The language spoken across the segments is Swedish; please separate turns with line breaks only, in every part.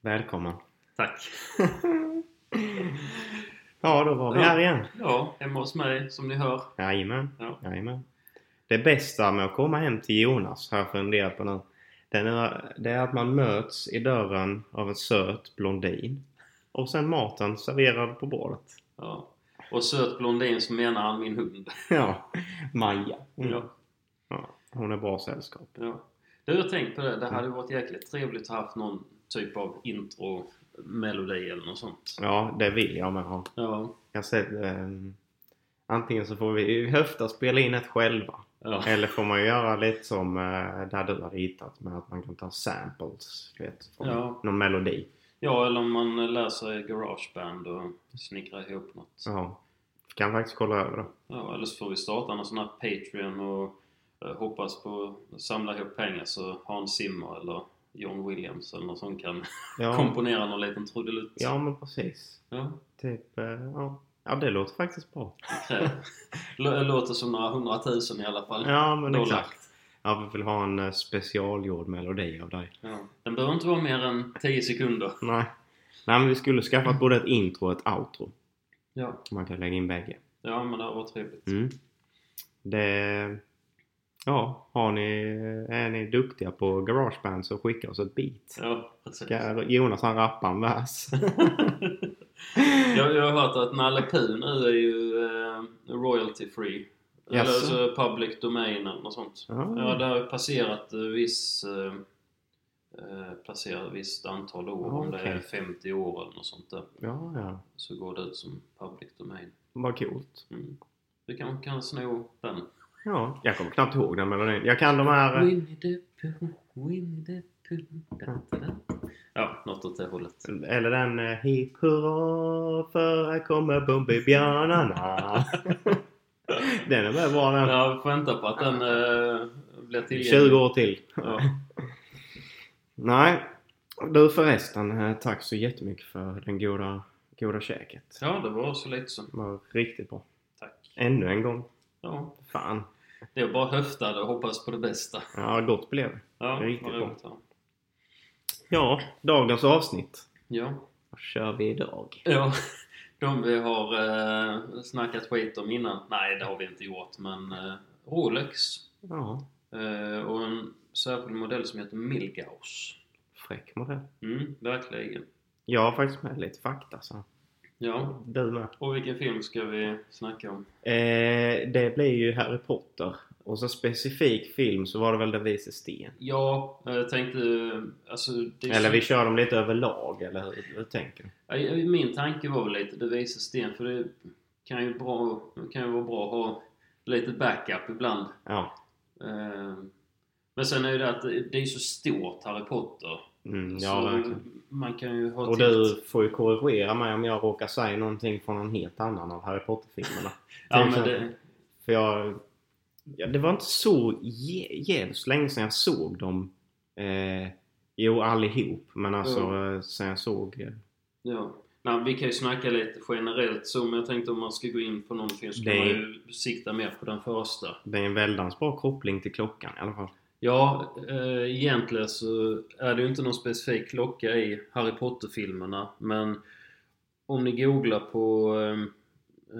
Välkommen.
Tack.
Ja, då var vi
Ja.
här igen.
Ja, hemma hos mig som ni hör.
Jajamän.
Ja.
Jajamän. Det bästa med att komma hem till Jonas har jag funderat på nu. Den är, det är att man möts i dörren av en söt blondin. Och sen maten serverad på bordet.
Ja. Och söt blondin så menar han min hund.
Ja, Maja. Mm.
Ja,
Ja, hon är bra sällskap.
ja. Du, jag har tänkt på det. Det hade varit jäkligt trevligt att ha haft någon typ av intro melodi eller något sånt.
Ja, det vill jag med ha.
Ja.
Jag ser, ehm, antingen så får vi höfta spela in ett själva.
Ja.
Eller får man göra lite som eh, där du har ritat med att man kan ta samples. du Vet, från
Ja.
Någon melodi.
ja, eller om man läser i garageband och snickrar ihop något.
Ja. Kan faktiskt kolla över det.
Ja, eller så får vi starta någon sån här Patreon och eh, hoppas på att samla ihop pengar så Hans Zimmer eller John Williams eller någon som kan
Ja,
komponera någon liten trudelutt.
ja men precis.
Ja,
Typ, eh, ja. ja det låter faktiskt bra.
okay. Typ. Lå- Låter som några hundratusen i alla fall.
Ja men
Dollar.
exakt. Ja, vi vill ha en eh, specialgjord melodi av dig.
Ja. Den behöver inte vara mer än 10 sekunder.
Nej. Nej men vi skulle skaffa både ett intro och ett outro.
Ja,
Man kan lägga in bägge.
ja men det var trevligt.
Mm. Det... Ja, har ni, eh, är ni duktiga på garageband så skicka oss ett beat.
Ja, precis.
Ska Jonas han rappar en vers.
Jag, jag har hört att Nalle Puh nu är ju eh, royalty free. Eller
Jaså? Mm.
alltså public domain eller något sånt.
Ja.
Ja, det har ju passerat eh, viss... Eh, eh, passerat visst antal år.
Ja,
Om det är
okej.
50 år eller något sånt där.
ja, ja.
Så går det ut som public domain.
Vad coolt.
Mm. Du kanske kan sno den?
Ja, jag kommer knappt ihåg den melodin. Jag kan de här...
Winnie the Pooh, Winnie the Pooh. da, da, da. Ja, något åt det hållet.
Eller den eh, Hipp hurra för här kommer Bumbibjörnarna. den är väl bra den.
Jag väntar på att den eh, blir tillgänglig.
20 år till.
Ja.
Nej. Du förresten, eh, tack så jättemycket för den goda, goda käket.
ja, det var så lite som...
Det var riktigt bra.
Tack.
Ännu en gång.
Ja,
Fan.
det är bara höftade och hoppas på det bästa.
Ja, gott blev det.
Ja, vad
Riktigt bra.
roligt, ja.
Ja, dagens avsnitt.
Ja.
Vad kör vi idag?
ja. De vi har eh, snackat skit om innan. Nej, det har vi inte gjort, men eh, Rolex
Ja,
eh, och en särskild modell som heter Milgaus.
fräck modell.
Mm, verkligen.
Jag har faktiskt med lite fakta så.
Ja.
Du med.
Och vilken film ska vi snacka om?
Eh, det blir ju Harry Potter. Och så specifik film så var det väl Den vise sten.
Ja, eh, jag tänkte... eh, Alltså, det är
Eller
så-
vi kör dem lite överlag, eller hur, hur tänker du?
Ja, ja, Min tanke var väl lite det visar sten, för det kan ju, bra, kan ju vara bra att ha lite backup ibland.
Ja.
Eh, Men sen är ju det att det det är så stort Harry Potter.
Mm, ja,
så
verkligen.
man kan ju ha
Och
till-
du får ju korrigera mig om jag råkar säga någonting från en helt annan av Harry Potter-filmerna.
Ja,
Till
men
exempel.
det,
För jag... Ja, det var inte så jä- jävligt länge sedan jag såg dem. Eh, jo, allihop. Men alltså eh, sen jag såg... Eh,
ja. Nej, vi kan ju snacka lite generellt så, men jag tänkte om man ska gå in på någon film så
Det-
kan man ju sikta mer på den första.
det är en väldans bra koppling till klockan i alla fall.
Ja, eh, egentligen så är det ju inte någon specifik klocka i Harry Potter-filmerna men om ni googlar på eh,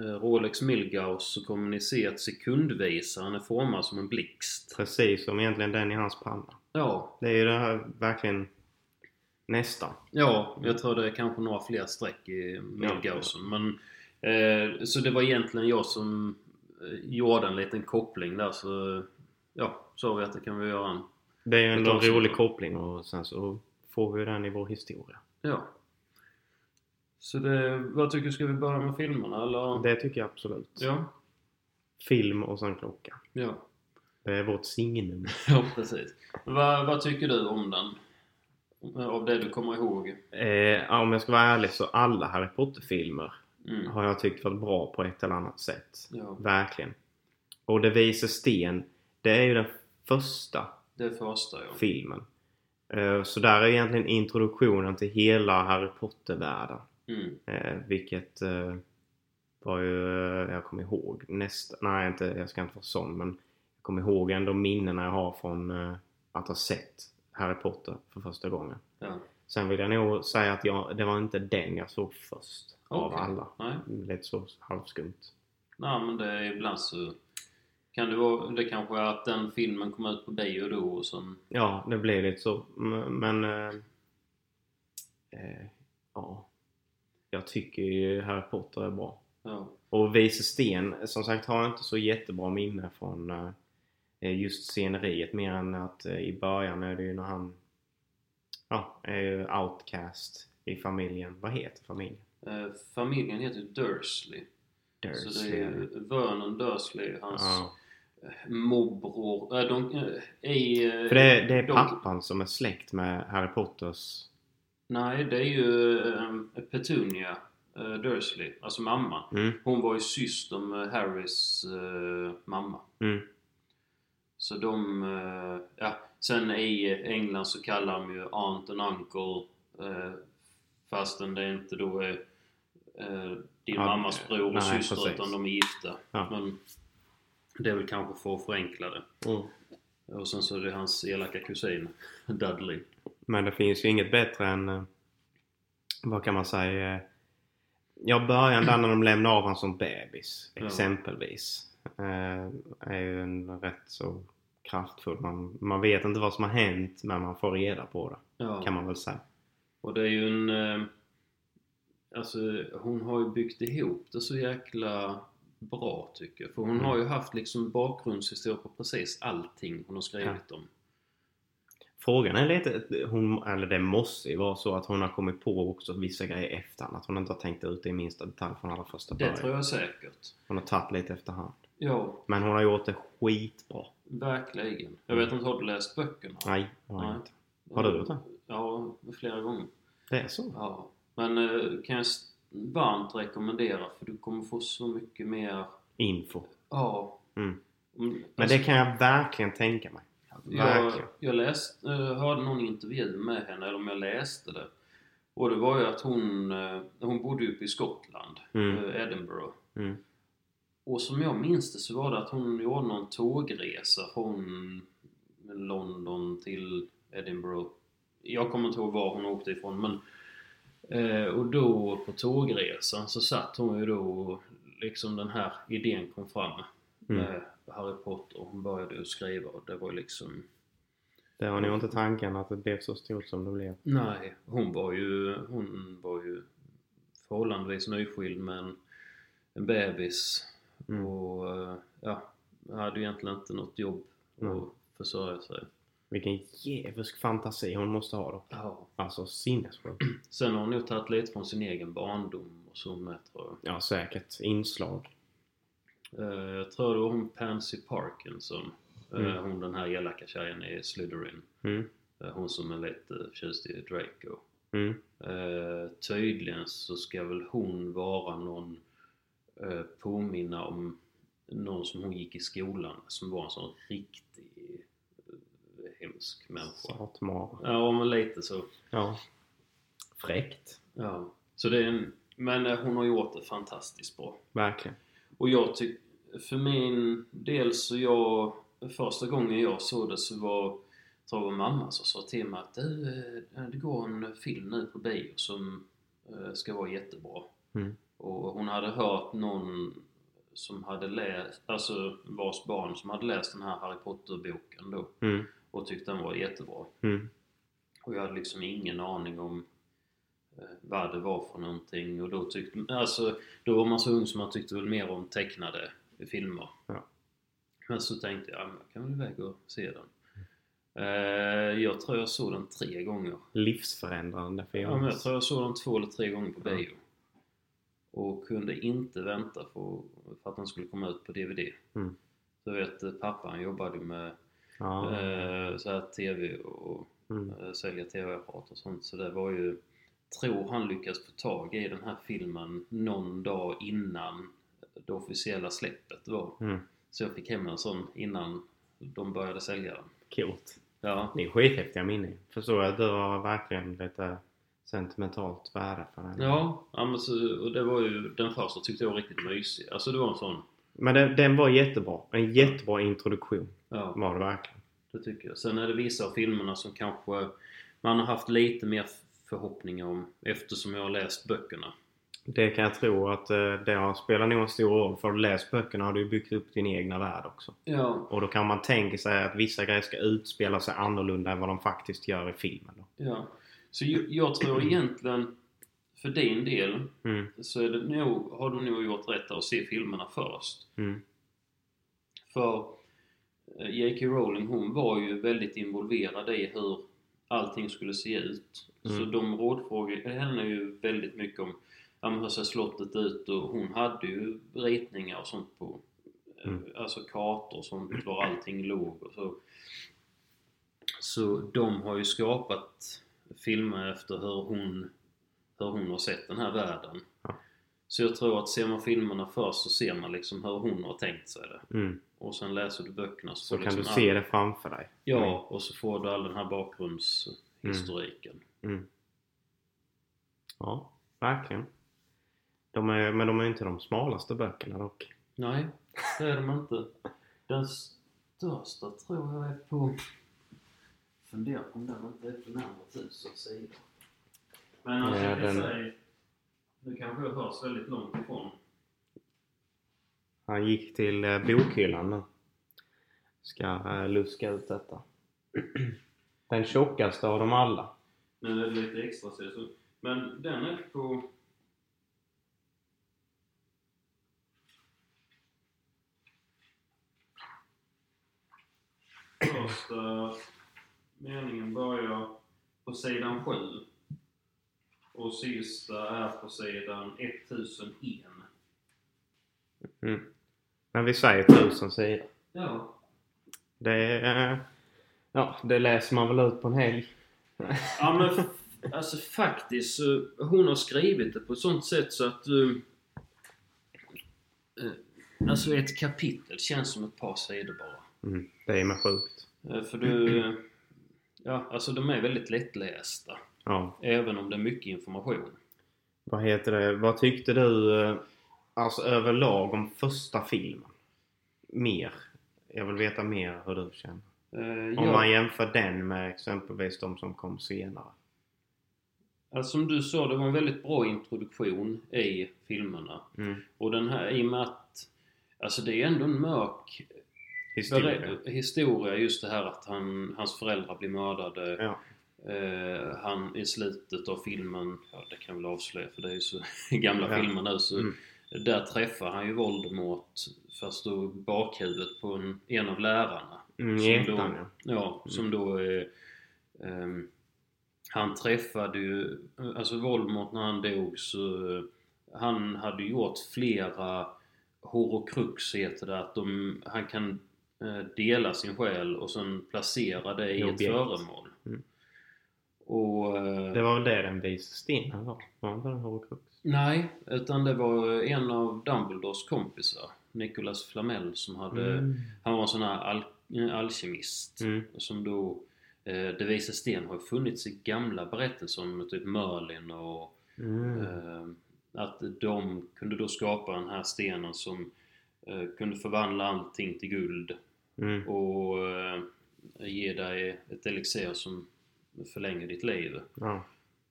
eh, Rolex Milgaus så kommer ni se att sekundvisaren är formad som en blixt.
Precis som egentligen den i hans panna.
Ja,
Det är ju det här verkligen... Nästan.
ja jag tror det är kanske några fler streck i Milgausen men eh, så det var egentligen jag som eh, gjorde en liten koppling där så ja, sa vi att det kan vi göra en
Det är ju ändå en
Ett avsnitt.
rolig koppling och sen så får vi ju den i vår historia.
Ja. Så det, vad tycker du, ska vi börja med filmerna eller?
Det tycker jag absolut.
Ja.
Film och sen klocka.
Ja.
Det är vårt signum.
ja, precis. Vad, vad tycker du om den? Av det du kommer ihåg?
Eh, om jag ska vara ärlig så alla Harry Potter-filmer
Mm.
har jag tyckt varit bra på ett eller annat sätt.
Ja,
Verkligen. Och Det vise sten, det är ju den första
det är första ja.
filmen. Eh, Så där är egentligen introduktionen till hela Harry Potter-världen.
Mm.
Eh, Vilket eh, var ju, eh, jag kommer ihåg, nästa, nej inte, jag ska inte vara sån men jag kommer ihåg ändå minnena jag har från eh, att ha sett Harry Potter för första gången.
Ja.
Sen vill jag nog säga att jag, det var inte den jag såg först av
Okej.
alla.
Nej.
Lite så halvskumt.
Nej men det är ibland så kan det vara, det kanske är att den filmen kom ut på bio då och sen...
Ja, det blir lite så. M- Men... Eh, eh, ja. Jag tycker ju Harry Potter är bra.
Ja.
Och Vise Sten, som sagt, har jag inte så jättebra minne från eh, just sceneriet. Mer än att eh, i början är det ju när han ja, är ju outcast i familjen. Vad heter familjen?
Eh, familjen heter ju Dursley. Så det
Dursley.
är ju Vernon Dursley, hans
Ja.
morbror. Äh, de, eh, i, eh,
För det är, det är
de-
pappan som är släkt med Harry Potters...
Nej, det är ju eh, Petunia eh, Dursley, alltså mamma.
Mm,
Hon var ju syster med Harrys eh, mamma.
mm,
Så de... eh, ja, sen i England så kallar de ju Aunt and Uncle eh, fastän det inte då är eh, din
Ja,
mammas bror och
nej,
syster
precis.
utan de är gifta.
Ja.
Men det är väl kanske för att förenkla det.
mm.
Och sen så är det hans elaka kusin Dudley.
Men det finns ju inget bättre än, eh, vad kan man säga, eh, ja början där när de lämnar av honom som bebis,
Ja.
exempelvis. eh, Är ju en rätt så kraftfull. Man, man vet inte vad som har hänt men man får reda på det.
Ja.
Kan man väl säga.
Och det är ju en... eh, Alltså hon har ju byggt ihop det så jäkla bra tycker jag. För hon
Mm.
har ju haft liksom bakgrundshistoria på precis allting hon har skrivit om.
Frågan är lite, hon, eller det måste ju vara så att hon har kommit på också vissa grejer i efterhand. Att hon inte har tänkt ut det i minsta detalj från allra första
Det tror
början.
jag säkert.
Hon har tagit lite efterhand.
Ja,
Men hon har gjort det skitbra.
verkligen. Jag
Mm.
vet inte, har du läst böckerna?
Nej, hon har
Nej.
inte. Har du gjort det?
Ja, flera gånger.
Det är så?
Ja. Men eh, kan jag s- varmt rekommendera för du kommer få så mycket mer...
Info.
Ja. alltså-
Mm.
Men
Men det kan jag verkligen tänka mig.
Jag,
Verkligen.
jag läste, eh, hörde någon intervju med henne, eller om jag läste det. Och det var ju att hon, eh, hon bodde uppe i Skottland,
Mm.
eh, Edinburgh.
Mm.
Och som jag minns det så var det att hon gjorde någon tågresa från London till Edinburgh. Jag kommer inte ihåg var hon åkte ifrån men... Eh, och då på tågresan så satt hon ju då och liksom den här idén kom fram
Mm.
med Harry Potter. Hon började ju skriva och det var ju liksom...
Det var nog inte tanken att det blev så stort som det blev.
Nej, hon var ju, hon var ju förhållandevis nyskild med en, en bebis
Mm.
och eh, ja, hade ju egentligen inte något jobb
Nej.
att försörja sig.
Vilken djävulsk fantasi hon måste ha då.
Ja.
Alltså sinnessjukt.
Sen har hon nog tagit lite från sin egen barndom och så med tror jag.
Ja, säkert. Inslag.
Eh, Jag tror det var hon Pansy Parkinson, eh,
Mm.
hon den här elaka tjejen i Slytherin.
Mm.
Eh, Hon som är lite förtjust i Draco.
Mm.
Eh, tydligen så ska väl hon vara någon eh, påminna om någon som hon gick i skolan med, som var en sån riktig eh, hemsk människa.
Satmara.
Ja, men lite så.
Ja. Fräckt.
Ja. Så det är en, men eh, hon har gjort det fantastiskt bra.
Verkligen.
Och jag tycker, för min del så jag, första gången jag såg det så var, tror jag var mamma som sa till mig att "Du, eh, det går en film nu på bio som eh, ska vara jättebra.
Mm.
Och hon hade hört någon som hade läst, alltså vars barn som hade läst den här Harry Potter-boken då
Mm.
och tyckte den var jättebra.
Mm.
Och jag hade liksom ingen aning om eh, vad det var för någonting och då tyckte alltså då var man så ung så man tyckte väl mer om tecknade filmer.
Ja.
Men så tänkte jag, ja, men jag kan väl iväg och se den. Eh, jag tror jag såg den tre gånger.
Livsförändrande för
Ja, men jag
Jonas.
tror jag såg den två eller tre gånger på
Mm. Ja.
bio. Och kunde inte vänta för, för att den skulle komma ut på DVD.
Mm.
Så vet eh, pappan jobbade ju med
Ja.
eh, så här TV och
Mm.
eh, sälja TV-apparat och sånt. Så det var ju, tror han lyckas få tag i den här filmen någon dag innan det officiella släppet var.
Mm.
Så jag fick hem en sån innan de började sälja den.
Coolt.
Ja,
Det är skithäftiga minnen. Förstår jag. Du har verkligen lite sentimentalt värde för den.
ja, ja men så, och det var ju den första tyckte jag var riktigt mysig. Alltså det var en sån,
Men den, den var jättebra. En jättebra introduktion
ja.
var det verkligen.
Det tycker jag. Sen är det vissa av filmerna som kanske man har haft lite mer förhoppningar om eftersom jag har läst böckerna.
Det kan jag tro att eh, det har spelat nog en stor roll. För har du läst böckerna har du ju byggt upp din egna värld också.
Ja,
Och då kan man tänka sig att vissa grejer ska utspela sig annorlunda än vad de faktiskt gör i filmen. Då.
ja. Så ju- jag tror egentligen, för din del,
Mm,
så är det nog, har du nog gjort rätt att se filmerna först.
mm,
För eh, J.K. Rowling hon var ju väldigt involverad i hur allting skulle se ut. Så
Mm.
de rådfrågade henne ju väldigt mycket om ja, men hur ser slottet ut och hon hade ju ritningar och sånt på eh,
Mm.
alltså kartor och sånt var allting låg och så. Så de har ju skapat filmer efter hur hon, hur hon har sett den här världen.
Ja.
Så jag tror att ser man filmerna först så ser man liksom hur hon har tänkt sig det.
mm.
Och sen läser du böckerna så,
Så
får
kan du
liksom
se
all...
det framför dig.
Ja, och så får du all den här bakgrundshistoriken.
Mm. Ja, verkligen. De är, men de är ju inte de smalaste böckerna dock.
Nej, det är de inte. Den största tror jag är på... Funderar på om den inte är på närmare tusen sidor. Men alltså
Ja,
jag kan
den-
säga... Nu kanske jag hörs väldigt långt ifrån.
Han gick till eh, bokhyllan nu. Ska eh, luska ut detta. Den tjockaste av dem alla.
Nu är det lite extra sidor. Men den är på... Första meningen börjar på sidan 7. Och sista är på sidan 1001.
Mm. Men vi säger tusen sidor.
Ja.
Det är... eh, Ja, det läser man väl ut på en helg.
Ja men f- alltså faktiskt, eh, hon har skrivit det på ett sånt sätt så att du... eh, Alltså ett kapitel känns som ett par sidor bara.
Mm. Det är med sjukt.
Eh, För du... eh, Ja, alltså de är väldigt lättlästa.
Ja.
Även om det är mycket information.
Vad heter det? Vad tyckte du eh, alltså överlag om första filmen? Mer. Jag vill veta mer hur du känner.
Eh,
Om man
Jag,
jämför den med exempelvis de som kom senare.
alltså som du sa, det var en väldigt bra introduktion i filmerna.
Mm.
Och den här, i och med att... Alltså det är ändå en mörk
Historia.
historia just det här att han, hans föräldrar blir mördade.
Ja.
Eh, han i slutet av filmen, ja det kan jag väl avslöja för det är ju så gamla
Ja.
filmer nu så
Mm.
där träffar han ju Voldemort fast då i bakhuvudet på en, en av lärarna.
Mm, i
Som då-
ettan ja. Mm.
Ja, som då... Eh, ehm, han träffade ju... Alltså Voldemort när han dog så... eh, Han hade gjort flera horocrux heter det, att de, han kan eh, dela sin själ och sen placera det i
I
ett
objekt.
föremål.
Mm.
Och... eh,
Det var väl det den vise stenen var? Var inte den Horcrux?
Nej, utan det var en av Dumbledores kompisar, Nicholas Flamel, som hade...
Mm.
Han var en sån här al, eh, alkemist.
Mm.
Som då, eh, det visar sten har ju funnits i gamla berättelser om typ Merlin och
Mm.
eh, att de kunde då skapa den här stenen som eh, kunde förvandla allting till guld
Mm.
och eh, ge dig ett elixir som förlänger ditt liv.
Ja.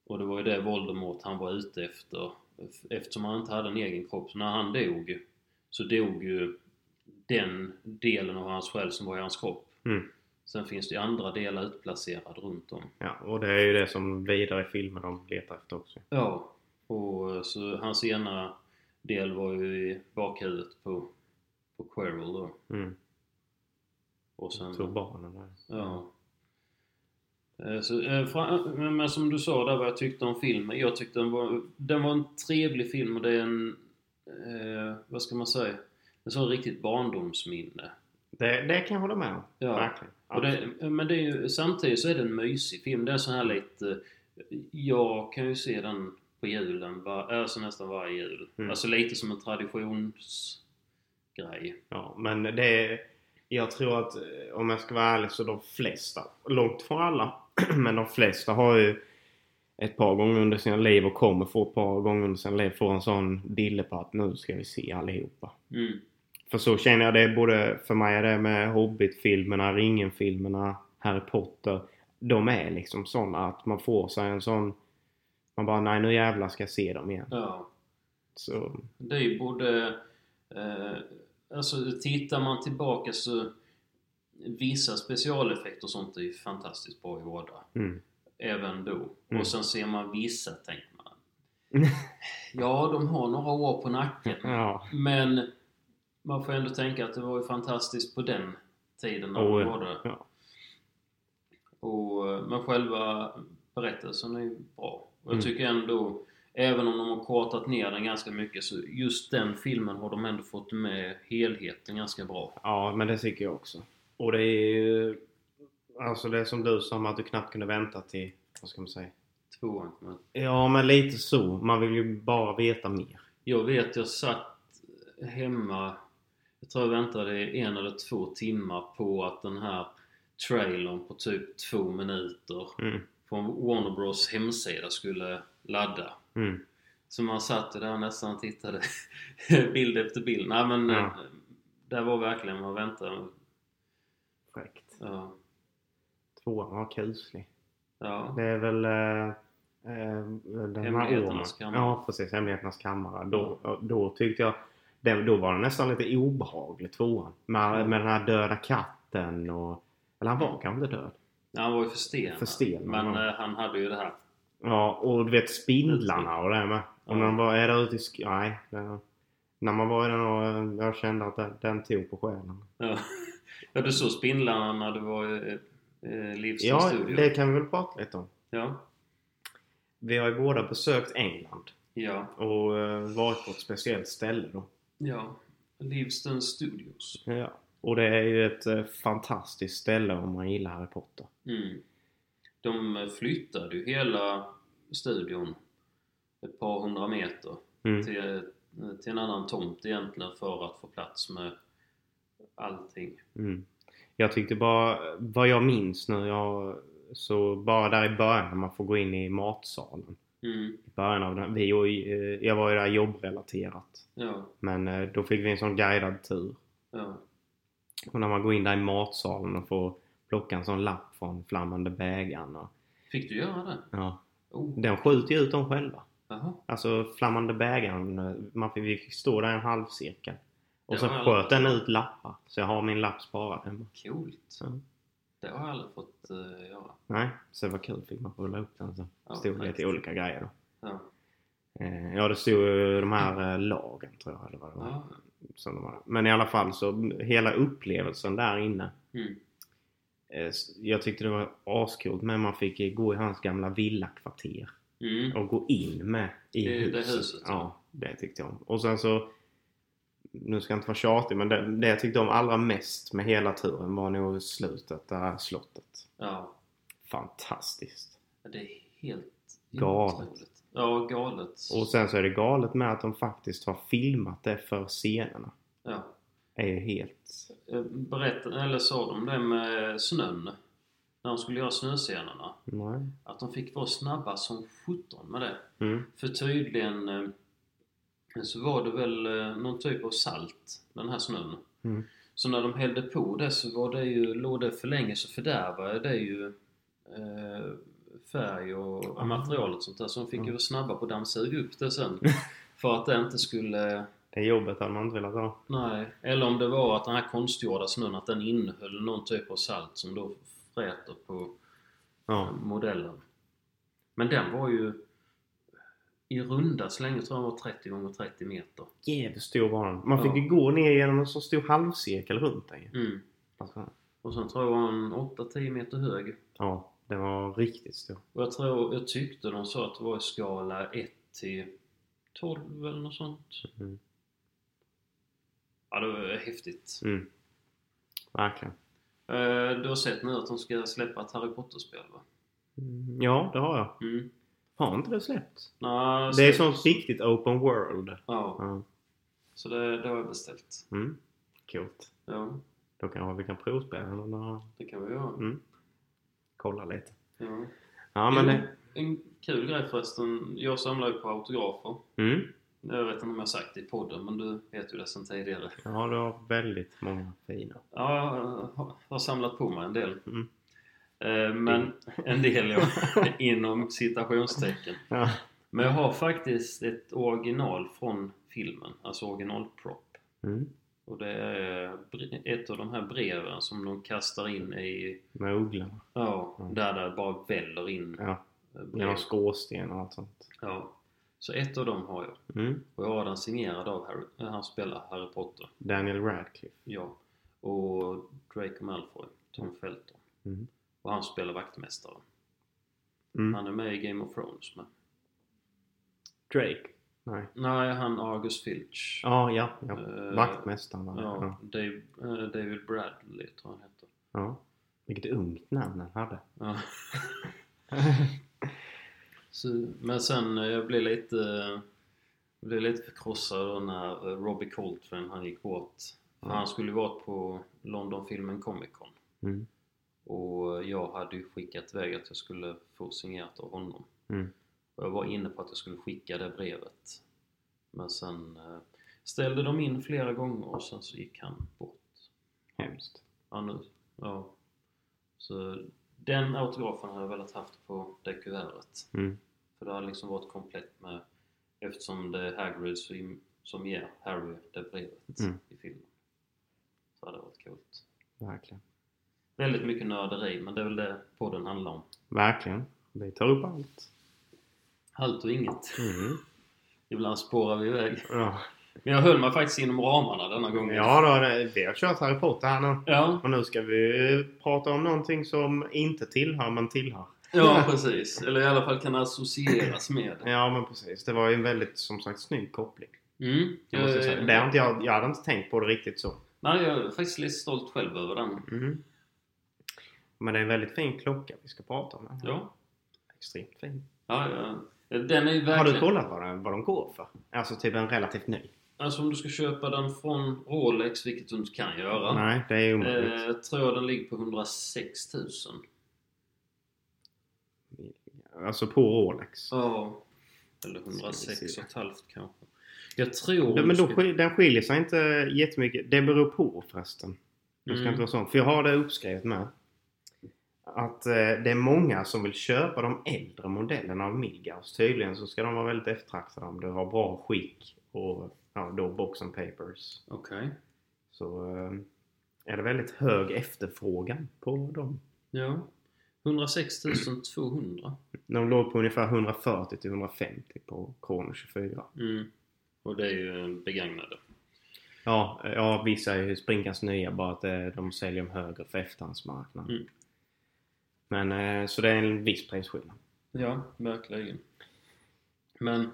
Och det var ju det Voldemort han var ute efter. Eftersom han inte hade en egen kropp. Så när han dog så dog ju den delen av hans själ som var i hans kropp.
Mm.
Sen finns det ju andra delar utplacerade runt om.
ja, och det är ju det som vidare i filmen de letar efter också.
Ja. Och eh, så hans ena del var ju i bakhuvudet på, på Quirrell då.
Mm.
Och sen...
Tog barnen där.
Ja. Eh, Så, eh, fra- men men som du sa där vad jag tyckte om filmen. Jag tyckte den var, den var en trevlig film och det är en, eh, vad ska man säga, en sån riktigt barndomsminne.
Det, det kan jag hålla med om.
Ja.
Verkligen.
Och det, men det är ju, samtidigt så är det en mysig film. Det är så här lite, jag kan ju se den på julen, var, alltså nästan varje jul.
Mm.
Alltså lite som en traditionsgrej.
Ja, men det... är- Jag tror att eh, om jag ska vara ärlig så de flesta, långt från alla, men de flesta har ju ett par gånger under sina liv och kommer få ett par gånger under sina liv få en sån dille på att nu ska vi se allihopa.
Mm.
För så känner jag det både, för mig är det med Hobbit-filmerna, Ringen-filmerna, Harry Potter. De är liksom sådana att man får sig en sån... Man bara, nej nu jävlar ska jag se dem igen.
Ja.
Så,
Det är ju både... Eh, alltså tittar man tillbaka så... Vissa specialeffekter och sånt är ju fantastiskt bra gjorda.
mm.
Även då.
Mm.
Och sen ser man vissa, tänker man. Ja, de har några år på nacken.
Ja.
Men man får ändå tänka att det var ju fantastiskt på den tiden när
Oh,
de gjorde det.
ja.
Och, eh, men själva berättelsen är ju bra. Och jag
Mm.
tycker ändå, även om de har kortat ner den ganska mycket, så just den filmen har de ändå fått med helheten ganska bra.
Ja, men det tycker jag också. Och det är ju... Alltså det är som du sa om att du knappt kunde vänta till... Vad ska man säga?
Tvåan kommer
Ja, men lite så. Man vill ju bara veta mer.
Jag vet, jag satt hemma. Jag tror jag väntade en eller två timmar på att den här trailern på typ två minuter
Mm.
från Warner Bros hemsida skulle ladda.
Mm.
Så man satt ju där och nästan tittade bild efter bild. Nej men
Ja.
eh, det var verkligen vad jag väntade.
Fräckt.
Ja.
Tvåan var kuslig.
ja.
Det är väl... Eh, eh, den här
Hemligheternas
ormen.
kammare.
Ja, precis. Hemligheternas kammare. Då, då tyckte jag... Den, då var den nästan lite obehaglig, tvåan. Med, med den här döda katten och... Eller han var kanske inte död.
Ja, Han var ju förstenad.
Förstenad,
Men
ja.
eh, han hade ju det här.
Ja, och du vet spindlarna och det med. Och när de var, är där ute i sk- Nej. Det, när man var i den och eh, jag kände att den, den tog på själen.
Ja, ja du såg spindlarna när du var i eh, Livs
Ja,
studio.
det kan vi väl prata lite om.
Ja.
Vi har ju båda besökt England
Ja.
och eh, varit på ett speciellt ställe då.
Ja, Livston Studios.
Ja. Och det är ju ett eh, fantastiskt ställe om man gillar Harry Potter.
Mm. De flyttade ju hela studion ett par hundra meter
Mm.
till, till en annan tomt egentligen för att få plats med allting.
Mm. Jag tyckte bara, vad jag minns nu, jag, så bara där i början när man får gå in i matsalen.
Mm.
I början av den, vi, och, eh, jag var ju där jobbrelaterat.
Ja,
Men eh, då fick vi en sån guidad tur.
ja,
Och när man går in där i matsalen och får plocka en sån lapp från flammande bägaren. Och,
Fick du göra det?
ja.
Oh,
Den skjuter ju ut dem själva.
jaha.
Alltså flammande bägaren, eh, man fick, vi fick stå där i en halvcirkel. Och
Det
så
var alla-
sköt den ut lappar. Så jag har min lapp sparad hemma.
Coolt.
Så,
Det har jag aldrig fått eh, göra.
nej, så det var kul. Fick man rulla upp den så.
Ja,
Stod lite
faktiskt.
olika grejer då.
Ja.
Eh, Ja, det stod ju de här eh, lagen tror jag. Eller vad det var,
Ja.
som de var. Men i alla fall så mm, hela upplevelsen där inne.
Mm.
eh, s- Jag tyckte det var ascoolt men man fick eh, gå i hans gamla villakvarter.
Mm.
och gå in med i
I det
huset.
huset, ja.
Ja, det tyckte jag om. Och sen så, nu ska jag inte vara tjatig, men det, det jag tyckte om allra mest med hela turen var nog slutet, det här slottet.
ja.
Fantastiskt.
Det är helt
Galet.
otroligt. Ja, galet.
Och sen så är det galet med att de faktiskt har filmat det för scenerna.
Ja.
Det är ju helt...
Eh, Berätta, eller sa de det med snön? När de skulle göra snöscenerna?
Nej.
Att de fick vara snabba som 17 med det.
Mm.
För tydligen eh, så var det väl eh, någon typ av salt, den här snön.
Mm.
Så när de hällde på det så var det ju, låg det för länge så fördärvade det ju eh, färg och
Ah.
material och sånt där. Så de fick ju
Mm.
vara snabba på att dammsuga upp det sen. För att det inte skulle
Det jobbet hade man inte velat ha.
Nej, eller om det var att den här konstgjorda snön att den innehöll någon typ av salt som då fräter på
Ja.
modellen. Men den var ju i runda slängar tror jag den var 30 gånger 30 meter.
Jävligt stor var den. Man fick
Ja.
ju gå ner genom en så stor halvcirkel runt den ju.
Mm.
Alltså,
Och sen tror jag den var 8-10 meter hög.
Ja, den var riktigt stor.
Och jag tror, jag tyckte de sa att det var i skala 1 till 12 eller något sånt.
Mm.
Ja, det var häftigt.
Mm. Verkligen.
Eh, Du har sett nu att de ska släppa ett Harry Potter-spel va?
Mm, Ja, det har jag.
Mm.
Har inte det släppts?
Nej,
Det är
så-
sånt riktigt open world.
Ja,
Ja.
så det, det har jag beställt.
Mm. Coolt.
Ja,
Då kanske vi kan provspela den och då-
det kan vi göra.
mm. kolla lite.
Ja.
Ja, men
Jo,
det...
En kul grej förresten. Jag samlar ju på autografer.
Mm.
Jag vet inte om jag har sagt det i podden, men du vet ju det sedan tidigare.
Ja, du har väldigt många fina.
Ja, jag har- har samlat på mig en del.
Mm.
Eh, Men en del, ja. Inom citationstecken.
Ja.
Men jag har faktiskt ett original från filmen, alltså originalprop.
Mm.
Och det är bre- ett av de här breven som de kastar in i,
Med ugglarna.
ja,
Mm.
där det bara väller in
Ja.
eh, brev.
Genom skorsten och allt sånt.
Ja. Så ett av dem har jag.
Mm.
Och jag har den signerad av Harry, eh, han spelar Harry Potter.
Daniel Radcliffe.
Ja. Och Draco Malfoy, Tom Felton.
Mm.
Och han spelar vaktmästaren.
Mm.
Han är med i Game of Thrones men...
Drake? Nej.
Nej, han Argus Filch.
Ja, ja. ja.
Eh,
Vaktmästaren var det.
Ja,
Ja.
Dave, eh, David Bradley tror han heter.
ja. Vilket ungt namn han hade.
Ja. Så, men sen, eh, jag blev lite... eh, Jag blev lite förkrossad då när eh, Robbie Coltrane, han gick bort. För
Ja.
Han skulle varit på Londonfilmen Comic Con.
Mm.
Och jag hade ju skickat iväg att jag skulle få signerat av honom.
Mm.
Och jag var inne på att jag skulle skicka det brevet. Men sen eh, ställde de in flera gånger och sen så gick han bort.
Hemskt.
Ja, nu. Ja. Så den autografen hade jag velat haft på det kuvertet.
Mm.
För det hade liksom varit komplett med eftersom det är Hagrid som, som ger Harry det brevet
Mm.
i filmen. Så hade det varit coolt.
Verkligen.
Väldigt mycket nörderi men det är väl det podden handlar om.
Verkligen. Vi tar upp allt.
Allt och inget.
Mm.
Ibland spårar vi iväg.
Ja.
Men jag höll mig faktiskt inom ramarna denna gången.
Ja då, det, vi har kört Harry Potter här nu.
Ja,
Och nu ska vi prata om någonting som inte tillhör, men tillhör.
ja precis. Eller i alla fall kan associeras med.
Ja men precis. Det var ju en väldigt, som sagt, snygg koppling.
Mm.
Det måste jag, säga. Det har inte jag, jag hade inte tänkt på det riktigt så.
Nej, jag är faktiskt lite stolt själv över den.
Mm. Men det är en väldigt fin klocka vi ska prata om. här.
Ja.
Extremt fin.
Ja, ja. Den är ju verkligen...
Har du kollat vad, den, vad de går för? Alltså typ en relativt ny?
Alltså om du ska köpa den från Rolex, vilket du inte kan göra.
Nej, det är omöjligt.
Eh, tror jag den ligger på 106 000.
Alltså på Rolex.
Ja. Eller
Ska vi
106
se.
och ett halvt kanske. Jag tror...
Men då,
du ska-
skil- den skiljer sig inte jättemycket. Det beror på förresten. Det ska
Mm.
inte vara sånt. För jag har det uppskrivet med. Att eh, det är många som vill köpa de äldre modellerna av Milgaus. Tydligen så ska de vara väldigt eftertraktade om du har bra skick och ja, då box and papers.
Okej.
Så eh, är det väldigt hög efterfrågan på dem.
Ja. 106 200.
De låg på ungefär 140 till 150 på Krono 24.
Mm. Och det är ju begagnade.
Ja, eh, ja vissa är ju springans nya bara att eh, de säljer dem högre för efterhandsmarknaden.
Mm.
Men eh, så det är en viss prisskillnad.
Ja, verkligen. Men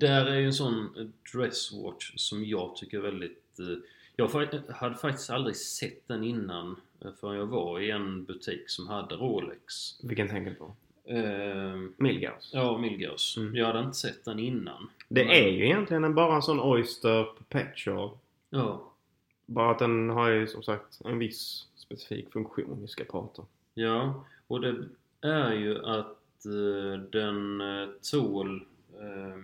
där är ju en sån dresswatch som jag tycker är väldigt... eh, Jag fa- hade faktiskt aldrig sett den innan eh, förrän jag var i en butik som hade Rolex.
Vilken tänker du på?
Eh,
Milgaus.
Ja, Milgaus.
Mm.
Jag hade inte sett den innan.
Det
Men-
är ju egentligen en- bara en sån Oyster Perpetual.
Ja,
Bara att den har ju som sagt en viss specifik funktion vi ska prata om.
ja. Och det är ju att eh, den eh, tål... Eh,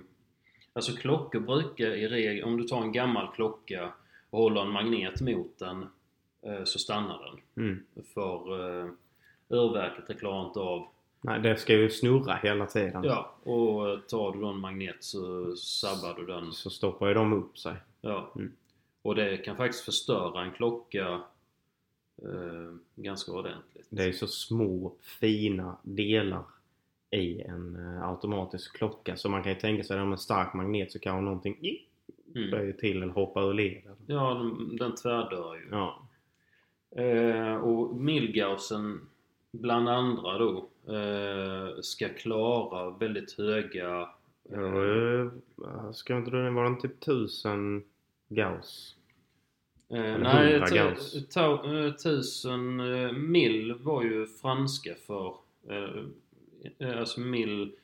alltså klockor brukar i regel... Om du tar en gammal klocka och håller en magnet mot den eh, så stannar den.
Mm.
För eh, urverket det klarar inte av.
Nej, det ska ju snurra hela tiden.
Ja, och eh, tar du då en magnet så sabbar du den.
Så stoppar ju de upp sig.
Ja.
Mm.
Och det kan faktiskt förstöra en klocka eh, ganska ordentligt.
Det är ju så små fina delar i en eh, automatisk klocka. Så man kan ju tänka sig att om en stark magnet så kan någonting i-
Mm.
böja till eller hoppa ur led.
Ja, den, den tvärdör ju.
Ja.
Eh, och Milgausen bland andra då eh, ska klara väldigt höga...
Ja, det var ju- eh, Ska inte du... Var den typ 1000 Gauss?
Eh,
Eller
nej,
100 Gauss.
tu- ta- eh, tusen eh, mil var ju franska för... Eh, eh, alltså mil...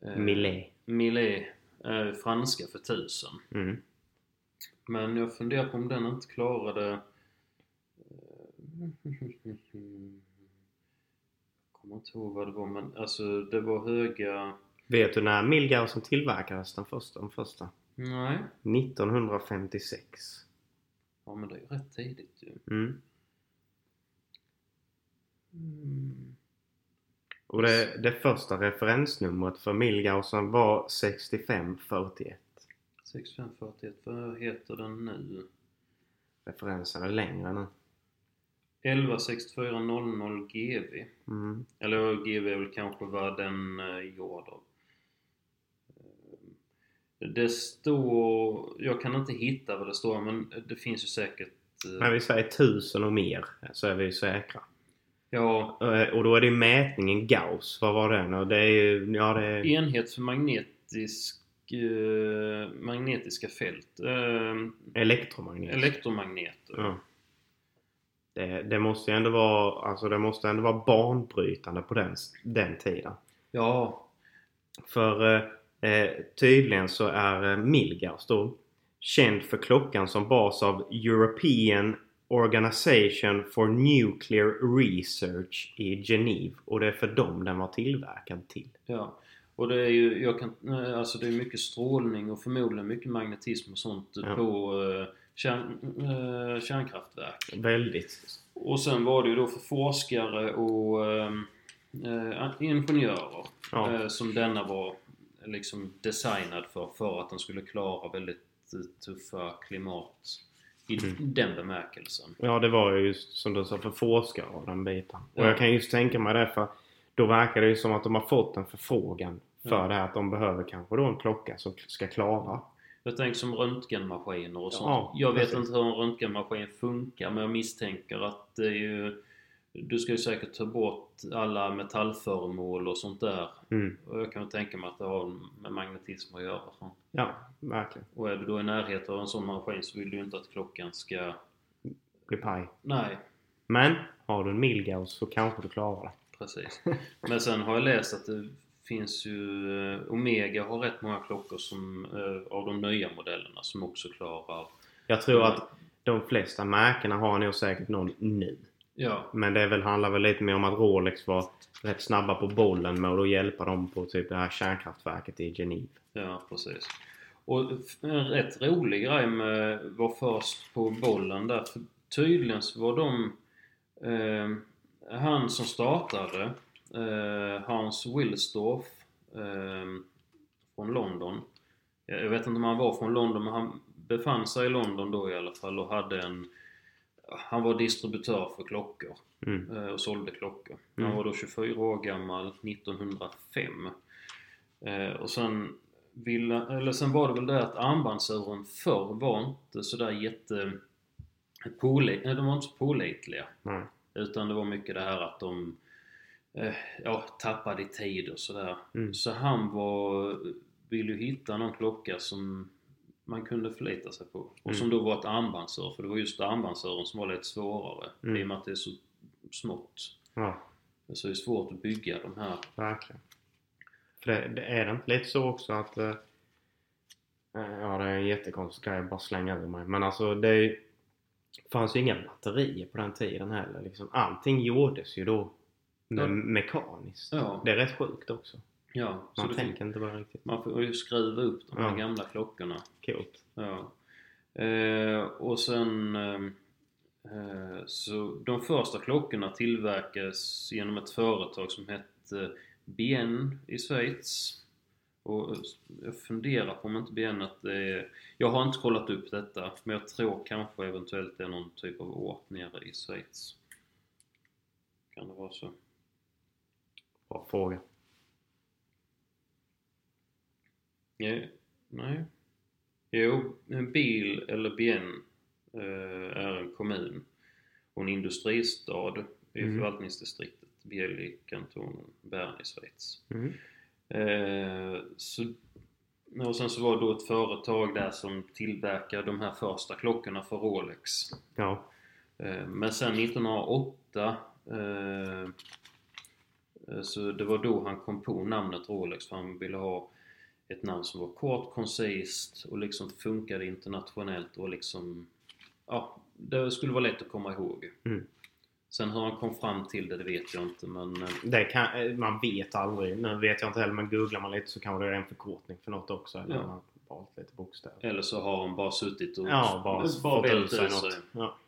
Eh,
Millet.
Mille är ju franska för tusen.
Mm.
Men jag funderar på om den inte klarade... eh, Jag kommer inte ihåg vad det var men alltså det var höga...
Vet du när Milgausen tillverkades den första? Den första?
Nej.
1956.
Ja men det är ju rätt tidigt ju.
Mm.
Mm.
Och det, det första referensnumret för Milgausen var 6541.
6541, vad heter den nu?
Referensen är längre nu.
116400 GV.
Mm.
Eller GV är väl kanske vad den är gjord av. Eh, Det står... Jag kan inte hitta vad det står men det finns ju säkert... eh,
När vi säger 1000 och mer så är vi ju säkra.
Ja,
Eh, Och då är det ju mätningen Gauss. Vad var den? Och det är ju... Ja, det är...
enhet för magnetisk, eh, magnetiska fält. Eh,
Elektromagnet.
elektromagneter.
ja. det, det måste ju ändå vara... Alltså det måste ändå vara banbrytande på den, den tiden.
Ja,
För eh, eh, tydligen så är eh, Milgauss då känd för klockan som bas av European Organization for Nuclear Research i Genève. Och det är för dem den var tillverkad till.
ja. Och det är ju jag kan, eh, alltså det är mycket strålning och förmodligen mycket magnetism och sånt eh,
Ja.
på eh, kärn, eh, kärnkraftverk.
Väldigt.
Och sen var det ju då för forskare och eh, eh, ingenjörer
Ja.
eh, som denna var liksom designad för, för att den skulle klara väldigt eh, tuffa klimat i
Mm.
den bemärkelsen.
Ja, det var ju just som du sa för forskare och den biten.
Ja.
Och jag kan just tänka mig det för då verkar det ju som att de har fått en förfrågan för
Ja.
det här att de behöver kanske då en klocka som ska klara.
Jag tänker som röntgenmaskiner och sånt.
Ja,
jag vet
precis.
inte hur en röntgenmaskin funkar men jag misstänker att det är ju... Du ska ju säkert ta bort alla metallföremål och sånt där.
Mm.
Och jag kan väl tänka mig att det har med magnetism att göra. Så.
Ja, verkligen.
Och är du då i närheten av en sån maskin så vill du ju inte att klockan ska...
Bli paj.
Nej,
Men har du en Milgauss så kanske du klarar det.
precis. Men sen har jag läst att det finns ju... eh, Omega har rätt många klockor som, eh, av de nya modellerna som också klarar...
Jag tror
Mm.
att de flesta märkena har nog säkert någon nu.
Ja,
Men det är väl, handlar väl lite mer om att Rolex var rätt snabba på bollen med att då hjälpa dem på typ det här kärnkraftverket i Genève.
ja precis. Och f- en rätt rolig grej med var först på bollen där. För tydligen så var de... Eh, han som startade, eh, Hans Wilsdorf eh, från London. Jag jag vet inte om han var från London men han befann sig i London då i alla fall och hade en... Han var distributör för klockor
Mm.
eh, och sålde klockor.
Mm.
Han var då 24 år gammal 1905. Eh, Och sen ville, eller sen var det väl det att armbandsuren förr var inte sådär jätte... Påli, nej, de var inte så pålitliga.
Nej.
Utan det var mycket det här att de eh, ja, tappade i tid och sådär.
Mm.
Så han var, ville ju hitta någon klocka som man kunde förlita sig på. Och
Mm.
som då var ett armbandsur, för det var just armbandsören som var lite svårare.
Mm.
I och med att det är så smått.
Ja,
Så det är svårt att bygga de här.
verkligen. För det, det är det inte lite så också att... eh, eh, ja, det är en jättekonstig grej att bara slänga ur mig. Men alltså det är ju- fanns ju inga batterier på den tiden heller. Liksom, allting gjordes ju då med,
Ja.
mekaniskt.
Ja,
Det är rätt sjukt också.
ja. Så
Man
det,
tänker inte bara riktigt.
man får ju skruva upp de här
Ja.
gamla klockorna.
Coolt.
Ja. Eh, och sen ehm, eh, så de första klockorna tillverkades genom ett företag som hette BN i Schweiz. Och eh, jag funderar på om inte BN att det är, Jag har inte kollat upp detta men jag tror kanske eventuellt det är någon typ av ort nere i Schweiz. Kan det vara så?
Bra fråga.
Nej. Nej. Jo, en bil eller bien eh, är en kommun och en industristad i
Mm.
förvaltningsdistriktet Biel i kantonen Bern i Schweiz.
Mm.
Eh, så, och sen så var det då ett företag där som tillverkade de här första klockorna för Rolex.
Ja.
Eh, Men sen 1908 eh, eh, Så det var då han kom på namnet Rolex för han ville ha ett namn som var kort, koncist och liksom funkade internationellt och liksom Ja, det skulle vara lätt att komma ihåg.
Mm.
Sen hur han kom fram till det, det vet jag inte men eh,
Det kan, eh, man vet aldrig. Nu vet jag inte heller men googlar man lite så kanske det är en förkortning för något också. Eller
Ja. Eh,
man valt lite bokstäver.
Eller så har han bara suttit och
Ja, bara fått
vält
ut sig något. Ja.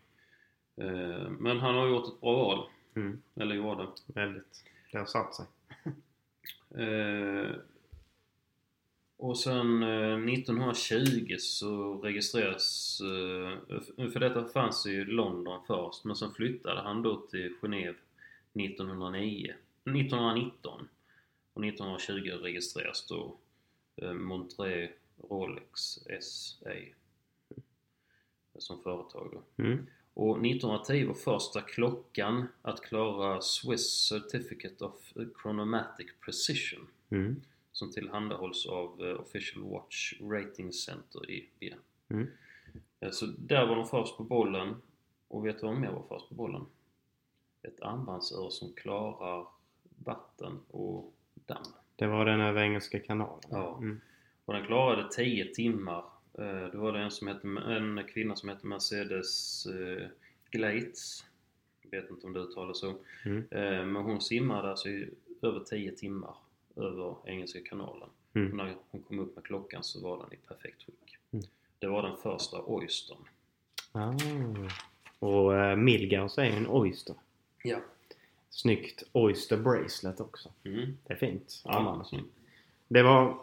Eh, Men han har gjort ett bra val.
Mm,
Eller gjorde.
väldigt. Det har satt sig.
Eh, Och sen eh, 1920 så registreras... eh, För detta fanns ju i London först men sen flyttade han då till Genève 1909. 1919. Och 1920 registreras då eh, Montré Rolex SA. Som företag då.
Mm.
Och 1910 var första klockan att klara Swiss Certificate of Chronomatic Precision
Mm.
som tillhandahålls av eh, Official Watch Rating Center i Wien.
Mm.
Eh, Så där var de först på bollen. Och vet du vad mer var först på bollen? Ett armbandsur som klarar vatten och damm.
Det var den över Engelska kanalen.
Ja.
Mm.
Och den klarade 10 timmar. Eh, Då var det en, som hette, en kvinna som hette Mercedes eh, Glates. Jag vet inte om det uttalas så.
Mm.
Eh, Men hon simmade alltså i över 10 timmar över Engelska kanalen. Och
Mm.
när hon kom upp med klockan så var den i perfekt skick.
Mm.
Det var den första oystern.
Ah. Och eh, Milgaus är ju en oyster.
Ja.
Snyggt oyster bracelet också.
Mm.
Det är fint.
Ja,
Ja,
snyggt.
det var...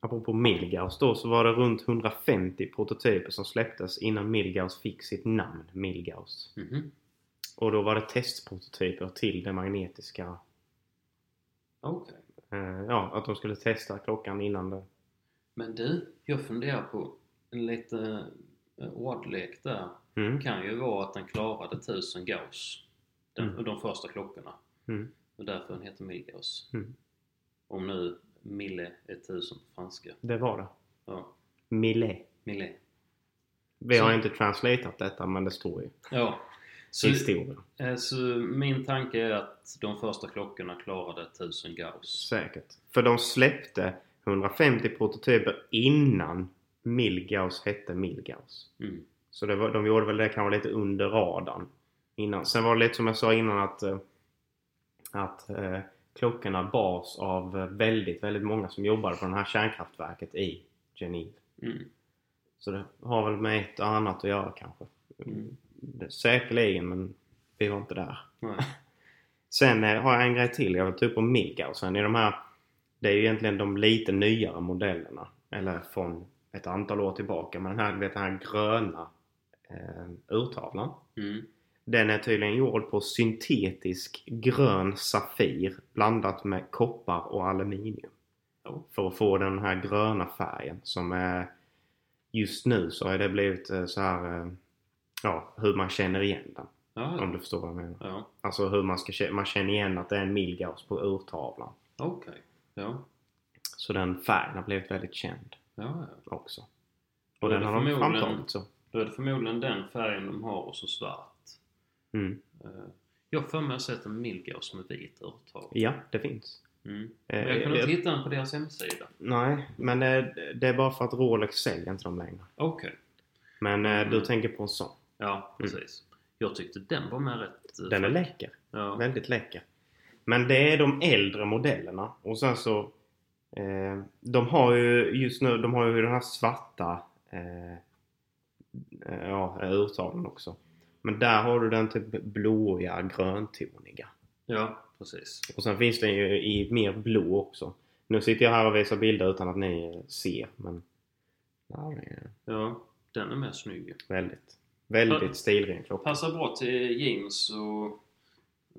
Apropå Milgaus då så var det runt 150 prototyper som släpptes innan Milgaus fick sitt namn Milgaus.
Mhm.
Och då var det testprototyper till det magnetiska.
Okej.
Eh, ja, att de skulle testa klockan innan det.
Men du, jag funderar på en lite eh, ordlek där.
Mm.
Det kan ju vara att den klarade 1000 gauss. Den,
Mm.
De första klockorna.
Mm.
Och därför den heter millgauss.
Mm.
Om nu mille är 1000 på franska.
Det var det.
Ja,
Mille.
mille.
Vi har
Så-
inte translatat detta men det står ju
Ja.
i
Så,
historien.
eh, så min tanke är att de första klockorna klarade 1000 gauss.
Säkert. För de släppte 150 prototyper innan Milgaus hette Milgaus.
Mm.
Så det var, de gjorde väl det kanske lite under radarn. Innan. Sen var det lite som jag sa innan att, eh, att eh, klockorna bars av eh, väldigt, väldigt många som jobbade på det här kärnkraftverket i Genève.
Mm.
Så det har väl med ett och annat att göra kanske.
Mm.
Det, säkerligen, men vi var inte där.
Nej.
Sen eh, har jag en grej till. Jag vill ta upp om Milgausen. I de här, det är ju egentligen de lite nyare modellerna. Eller från ett antal år tillbaka. Men den här, du vet, den här gröna eh, urtavlan.
Mm.
Den är tydligen gjord på syntetisk grön safir blandat med koppar och aluminium.
Ja.
För att få den här gröna färgen som är just nu så har det blivit eh, så här eh, ja, hur man känner igen den. Om
Ja,
du förstår vad jag menar.
ja.
Alltså hur man ska kä- man känner igen att det är en Milgaus på urtavlan.
okej. Ja,
Så den färgen har blivit väldigt känd
ja, ja.
också.
Då
Och
är
den
det
har de
förmodligen-
framtagit så.
Då är det förmodligen den färgen de har och så svart.
Mm.
Eh, Jag har för mig att jag har sett en Milgauss med vit urtavla.
Ja, det finns.
Mm.
Eh,
Men jag kunde inte
det-
hitta den på deras hemsida.
Nej, men det, det är bara för att Rolex säljer inte dem längre.
Okej.
Men eh, du
Mm.
tänker på en sån.
Ja, precis. Jag tyckte Mm. den var med rätt. eh,
Den är
färg.
läcker.
Ja.
Väldigt läcker. Men det är de äldre modellerna. Och sen så... Eh, de har ju just nu, de har ju den här svarta... Eh, eh, ja, urtavlan också. Men där har du den typ blåiga, gröntoniga.
ja, precis.
Och sen finns den ju i mer blå också. Nu sitter jag här och visar bilder utan att ni ser, men... Ja, det är
Ja, den är mer snygg.
väldigt, väldigt stilren klocka.
Passar bra till jeans och...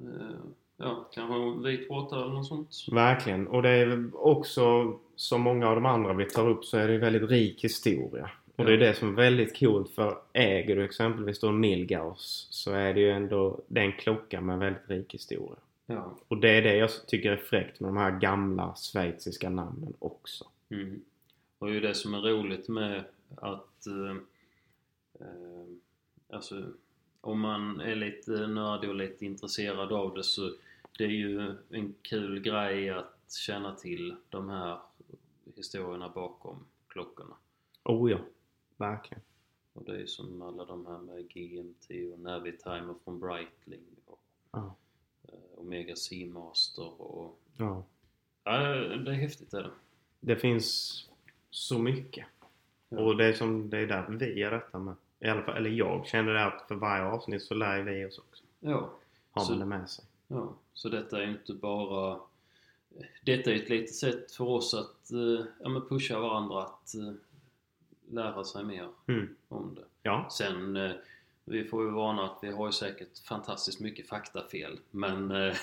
eh, Ja, kanske en vit skjorta eller något sånt.
Verkligen. Och det är också, som många av de andra vi tar upp, så är det ju väldigt rik historia. Och det är det som är väldigt coolt för äger du exempelvis då en Milgaus så är det ju ändå det är en klocka med väldigt rik historia.
Ja.
Och det är det jag tycker är fräckt med de här gamla schweiziska namnen också.
Mm. Och det är ju det som är roligt med att eh, eh, alltså, om man är lite nördig och lite intresserad av det så det är ju en kul grej att känna till de här historierna bakom klockorna.
Oh ja, verkligen.
Och det är ju som alla de här med GMT och Navitimer från Breitling och
Ja.
eh, Omega Seamaster och...
ja.
Ja, det är häftigt är det.
Det finns så mycket.
Ja.
Och det är, som, det är där vi gör detta med. I alla fall, eller jag känner det att för varje avsnitt så lär vi oss också.
Ja.
Har
Så-
man det med sig.
Ja, så detta är ju inte bara... Detta är ju ett litet sätt för oss att eh, ja, men pusha varandra att eh, lära sig mer
Mm.
om det.
Ja.
Sen, eh, vi får ju varna att vi har ju säkert fantastiskt mycket faktafel. Men, eh,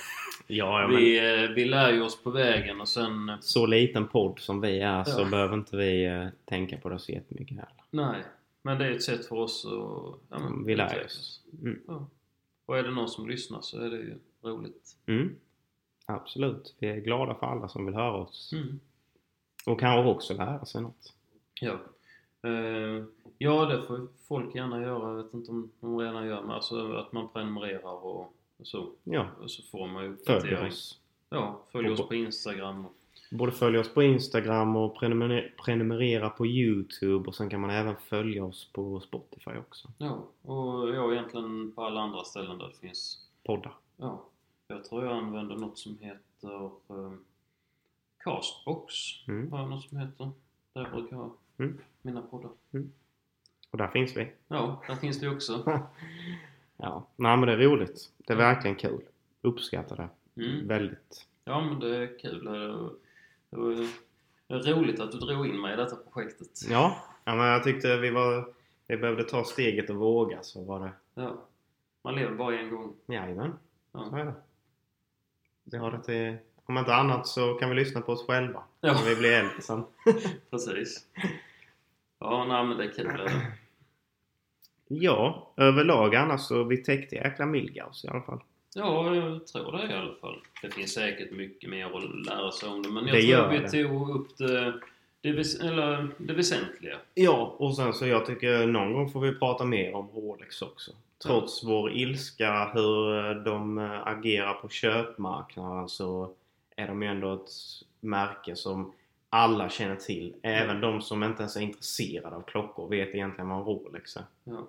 Ja, ja, men
vi, eh, vi lär ju oss på vägen och sen... eh,
så liten podd som vi är så
Ja.
behöver inte vi eh, tänka på det så jättemycket heller.
Nej, men det är ett sätt för oss att... Ja, men,
Vi lär oss.
utvecklas.
Mm.
Ja. Och är det någon som lyssnar så är det ju roligt.
Mm. Absolut. Vi är glada för alla som vill höra oss.
Mm.
Och kanske också lära sig något.
Ja. Eh, ja, det får folk gärna göra. Jag vet inte om de redan gör men alltså att man prenumererar och, och så.
Ja.
Och så får man ju
Följ
uppdatering.
oss.
Ja, följ
Och
oss
på-
på Instagram. Och,
Både följ oss på Instagram och prenumer- prenumerera på Youtube och sen kan man även följa oss på Spotify också.
ja, och ja, egentligen på alla andra ställen där det finns.
Poddar.
Ja, jag tror jag använder något som heter eh, Castbox.
Mm.
Har jag något som heter. Där brukar jag ha
Mm.
mina poddar.
Och där finns vi.
Ja, där finns det ju också.
Ja. Nej men det är roligt. Det är verkligen kul. Uppskattar det.
Mm.
Väldigt.
Ja, men det är kul. Det var- Det var det var roligt att du drog in mig i detta projektet.
Ja. ja men jag tyckte vi var... Vi behövde ta steget och våga så var det...
Ja. Man lever bara en gång.
Jajamän. Så
Ja.
är det. Vi har det till... Om inte annat så kan vi lyssna på oss själva.
Ja.
När vi blir äldre sen.
Precis. Ja, nej, men det är kul. det är det.
Ja. Överlag annars så vi täckte jäkla Milgaus i alla fall.
Ja, jag tror det i alla fall. Det finns säkert mycket mer att lära sig om det, men jag
Det
tror
gör
att vi
det.
tog upp det, det, väs- eller det väsentliga.
Ja, och sen så jag tycker någon gång får vi prata mer om Rolex också. Trots vår ilska hur eh, de eh, agerar på köpmarknaden så är de ju ändå ett märke som alla känner till. Även de som inte ens är intresserade av klockor vet egentligen vad en Rolex är.
Ja.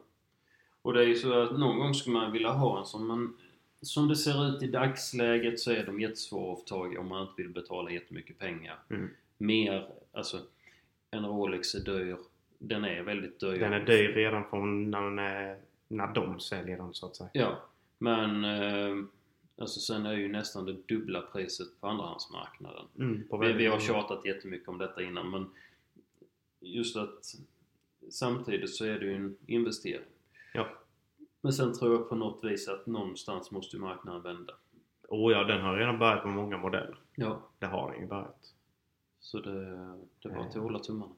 Och det är ju så att någon gång skulle man vilja ha en sån, men som det ser ut i dagsläget så är de jättesvåra att få tag i om man inte vill betala jättemycket pengar.
Mm.
Mer, alltså, en Rolex är dyr. Den är väldigt dyr.
Den är dyr redan från när, den är, när de säljer den så att säga.
Ja, men eh, alltså sen är ju nästan det dubbla priset på andrahandsmarknaden.
Mm, på
Vi,
väldigt
vi har
många-
tjatat jättemycket om detta innan men just att samtidigt så är det ju en investering.
Ja.
Men sen tror jag på något vis att någonstans måste ju marknaden vända.
Oh ja, den har redan börjat med många modeller.
Ja.
Det har den ju börjat.
Så det, det var att
Ja.
hålla tummarna.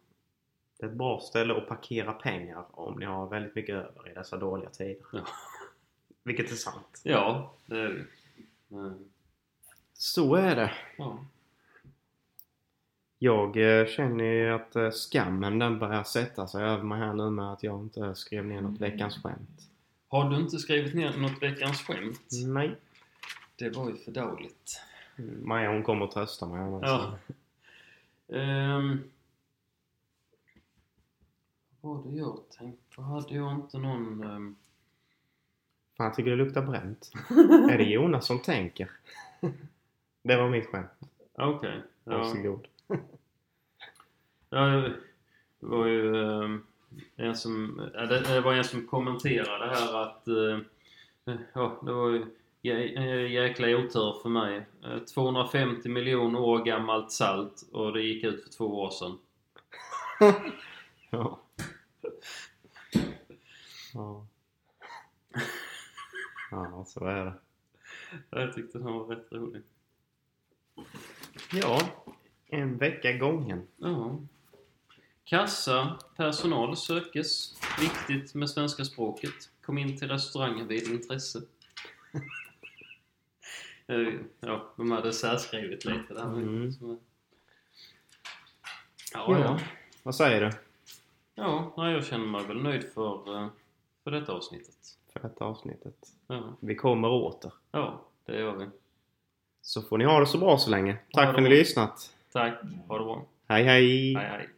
Det är ett bra ställe att parkera pengar om ni har väldigt mycket över i dessa dåliga tider.
Ja.
Vilket är sant.
Ja, det är det ju. Men,
Så är det.
Ja.
Jag eh, känner ju att eh, skammen den börjar sätta sig över mig här nu med att jag inte skrev ner något veckans skämt.
Har du inte skrivit ner något veckans skämt?
Nej.
Det var ju för dåligt.
Maja hon kommer att trösta mig annars.
Ja. Ehm. Vad hade jag tänkt på? Hade jag inte någon... ehm,
Fan, jag tycker det luktar bränt. är det Jonas som tänker? det var mitt skämt.
Okej. Ja.
Varsågod.
Ja, det var ju ehm, en som... ja, Det det var en som kommenterade här att... eh, Ja, det var ju jä- eh, jäkla otur för mig. Eh, 250 miljoner år gammalt salt och det gick ut för två år sedan.
Ja. ja. Ja, så är det.
Jag tyckte den var rätt rolig.
Ja, en vecka gången.
Ja. Kassa, personal sökes. Viktigt med svenska språket. Kom in till restaurangen vid intresse. Eh, ja, de hade särskrivit lite där.
Mm.
Ja,
Ja.
ja.
Vad säger du
ja nej, jag känner mig väl nöjd för, eh, för detta avsnittet.
för detta avsnittet?
Ja,
Vi kommer åter.
ja det gör vi.
Så får ni ha det så bra så länge.
Ha
Tack
det
för att ni
bra.
lyssnat.
Tack, ha det bra.
Hej hej!
Hej, hej.